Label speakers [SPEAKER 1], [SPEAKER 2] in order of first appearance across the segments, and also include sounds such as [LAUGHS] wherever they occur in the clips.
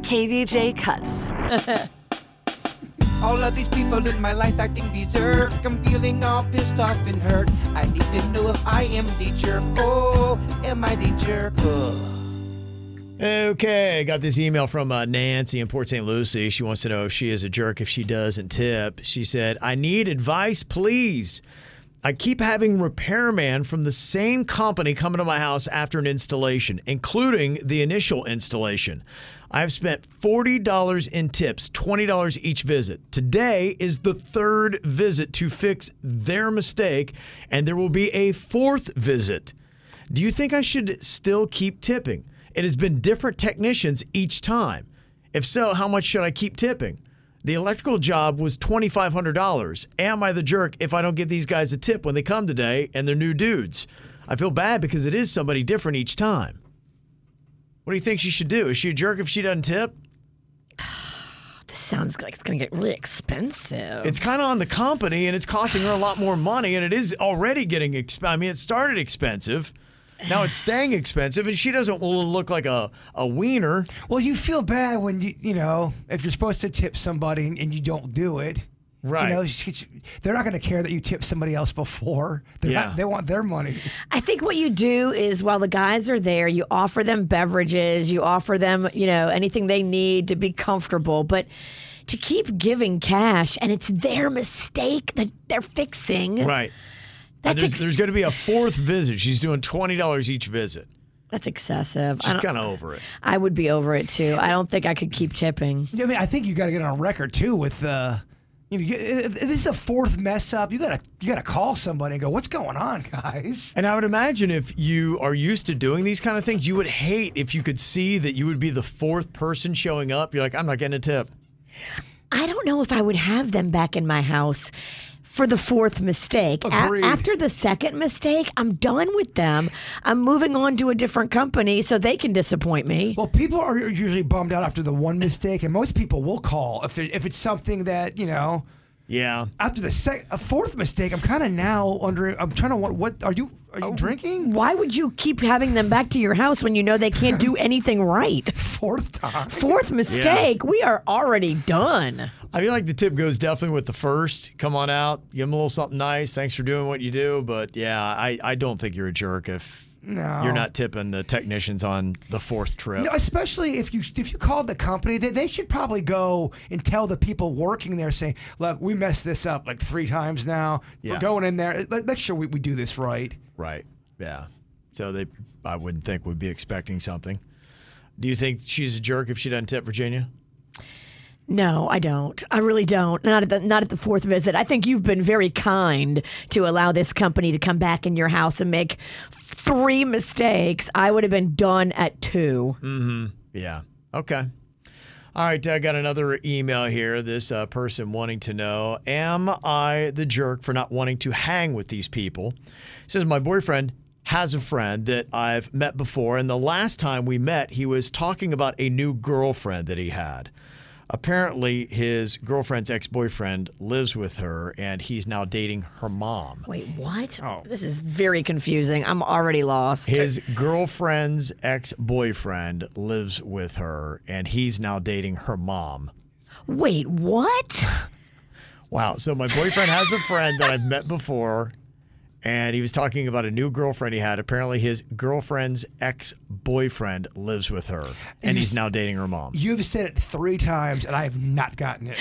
[SPEAKER 1] KVJ cuts.
[SPEAKER 2] All of these people in my life acting berserk. I'm feeling all pissed off and hurt. I need to know if I am the jerk. Oh, am I the jerk? Ugh.
[SPEAKER 3] Okay, got this email from uh, Nancy in Port St. Lucie. She wants to know if she is a jerk if she doesn't tip. She said, I need advice, please. I keep having repairman from the same company coming to my house after an installation, including the initial installation. I've spent $40 in tips, $20 each visit. Today is the third visit to fix their mistake, and there will be a fourth visit. Do you think I should still keep tipping? It has been different technicians each time. If so, how much should I keep tipping? The electrical job was $2,500. Am I the jerk if I don't give these guys a tip when they come today and they're new dudes? I feel bad because it is somebody different each time. What do you think she should do? Is she a jerk if she doesn't tip?
[SPEAKER 4] This sounds like it's going to get really expensive.
[SPEAKER 3] It's kind of on the company and it's costing her a lot more money and it is already getting exp- I mean it started expensive. Now it's staying expensive and she doesn't want to look like a a wiener.
[SPEAKER 5] Well, you feel bad when you you know if you're supposed to tip somebody and, and you don't do it.
[SPEAKER 3] Right.
[SPEAKER 5] You know, it's- it's- they're not going to care that you tipped somebody else before. They're
[SPEAKER 3] Yeah.
[SPEAKER 5] not, they want their money.
[SPEAKER 4] I think what you do is while the guys are there, you offer them beverages, you offer them, you know, anything they need to be comfortable. But to keep giving cash and it's their mistake that they're fixing,
[SPEAKER 3] Right. And
[SPEAKER 4] that's,
[SPEAKER 3] there's
[SPEAKER 4] ex-
[SPEAKER 3] there's going to be a fourth visit. She's doing twenty dollars each visit.
[SPEAKER 4] that's excessive. I,
[SPEAKER 3] She's
[SPEAKER 4] don't-
[SPEAKER 3] kind of over it.
[SPEAKER 4] I would be over it too. I don't think I could keep tipping.
[SPEAKER 5] I mean, I think you got to get on record too with uh, you know, you- if if this is a fourth mess up. You got to you got to call somebody and go, "What's going on, guys?"
[SPEAKER 3] And I would imagine if you are used to doing these kind of things, you would hate if you could see that you would be the fourth person showing up. You're like, I'm not getting a tip.
[SPEAKER 4] I don't know if I would have them back in my house for the fourth mistake. A-
[SPEAKER 5] Agreed.
[SPEAKER 4] after the second mistake, I'm done with them. I'm moving on to a different company so they can disappoint me.
[SPEAKER 5] Well, people are usually bummed out after the one mistake, and most people will call if they if it's something that you know.
[SPEAKER 3] Yeah.
[SPEAKER 5] After the sec- a fourth mistake, I'm kind of now under. I'm trying to. What, what are you? Are
[SPEAKER 3] Oh.
[SPEAKER 5] you drinking?
[SPEAKER 4] Why would you keep having them back to your house when you know they can't do anything right?
[SPEAKER 5] Fourth time.
[SPEAKER 4] Fourth mistake, we are already done.
[SPEAKER 3] I feel like the tip goes definitely with the first. Come on out, give them a little something nice. Thanks for doing what you do. But yeah, I, I don't think you're a jerk if
[SPEAKER 5] No.
[SPEAKER 3] you're not tipping the technicians on the fourth trip.
[SPEAKER 5] No, especially if you if you called the company, they, they should probably go and tell the people working there, saying, "Look, we messed this up like three times now.
[SPEAKER 3] Yeah.
[SPEAKER 5] We're going in there. Let, make sure we, we do this right."
[SPEAKER 3] Right. Yeah. So they, I wouldn't think would be expecting something. Do you think she's a jerk if she doesn't tip Virginia?
[SPEAKER 4] No, I don't. I really don't. Not at the not at the fourth visit. I think you've been very kind to allow this company to come back in your house and make three mistakes. I would have been done at two.
[SPEAKER 3] Yeah. Okay. All right. I got another email here. This uh, person wanting to know Am I the jerk for not wanting to hang with these people? Says, My boyfriend has a friend that I've met before. And the last time we met, he was talking about a new girlfriend that he had. Apparently, his girlfriend's ex boyfriend lives with her, and he's now dating her mom.
[SPEAKER 4] Wait, what? This is very confusing. I'm already lost.
[SPEAKER 3] His girlfriend's ex boyfriend lives with her, and he's now dating her mom.
[SPEAKER 4] Wait, what?
[SPEAKER 3] Wow. So, my boyfriend has a friend that I've met before, and he was talking about a new girlfriend he had. Apparently, his girlfriend's ex boyfriend lives with her, and he's now dating her mom.
[SPEAKER 5] You've said it three times, and I have not
[SPEAKER 3] [LAUGHS]
[SPEAKER 5] gotten it.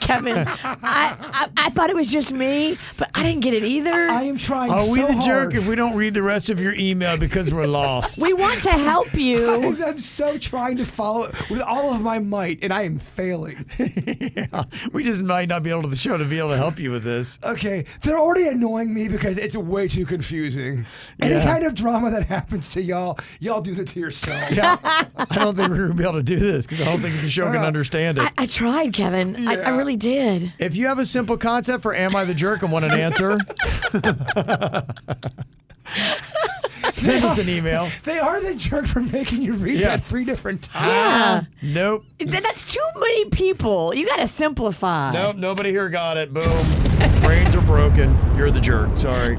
[SPEAKER 4] Kevin, I, I I thought it was just me, but I didn't get it either.
[SPEAKER 5] I am trying.
[SPEAKER 3] Are
[SPEAKER 5] so
[SPEAKER 3] we the
[SPEAKER 5] hard.
[SPEAKER 3] jerk if we don't read the rest of your email because we're lost?
[SPEAKER 4] we want to help you.
[SPEAKER 5] [LAUGHS] I'm, I'm so trying to follow it with all of my might, and I am failing.
[SPEAKER 3] [LAUGHS] yeah. We just might not be able to the show to be able to help you with this.
[SPEAKER 5] Okay, they're already annoying me because it's way too confusing. Any
[SPEAKER 3] Yeah.
[SPEAKER 5] kind of drama that happens to y'all, y'all do it to yourself.
[SPEAKER 3] Yeah. I don't think we're going to be able to do this because I don't think the show can understand it.
[SPEAKER 4] I, I tried, Kevin. I, I
[SPEAKER 5] Yeah.
[SPEAKER 4] really did.
[SPEAKER 3] If you have a simple concept for Am I the Jerk and want an answer, [LAUGHS] send us an email.
[SPEAKER 5] They are the jerk for making you read
[SPEAKER 3] Yeah.
[SPEAKER 5] that three different times.
[SPEAKER 4] Yeah.
[SPEAKER 3] Nope.
[SPEAKER 4] Th- That's too many people. You got to simplify.
[SPEAKER 3] Nope. Nobody here got it. Boom. Brains are broken. You're the jerk. Sorry.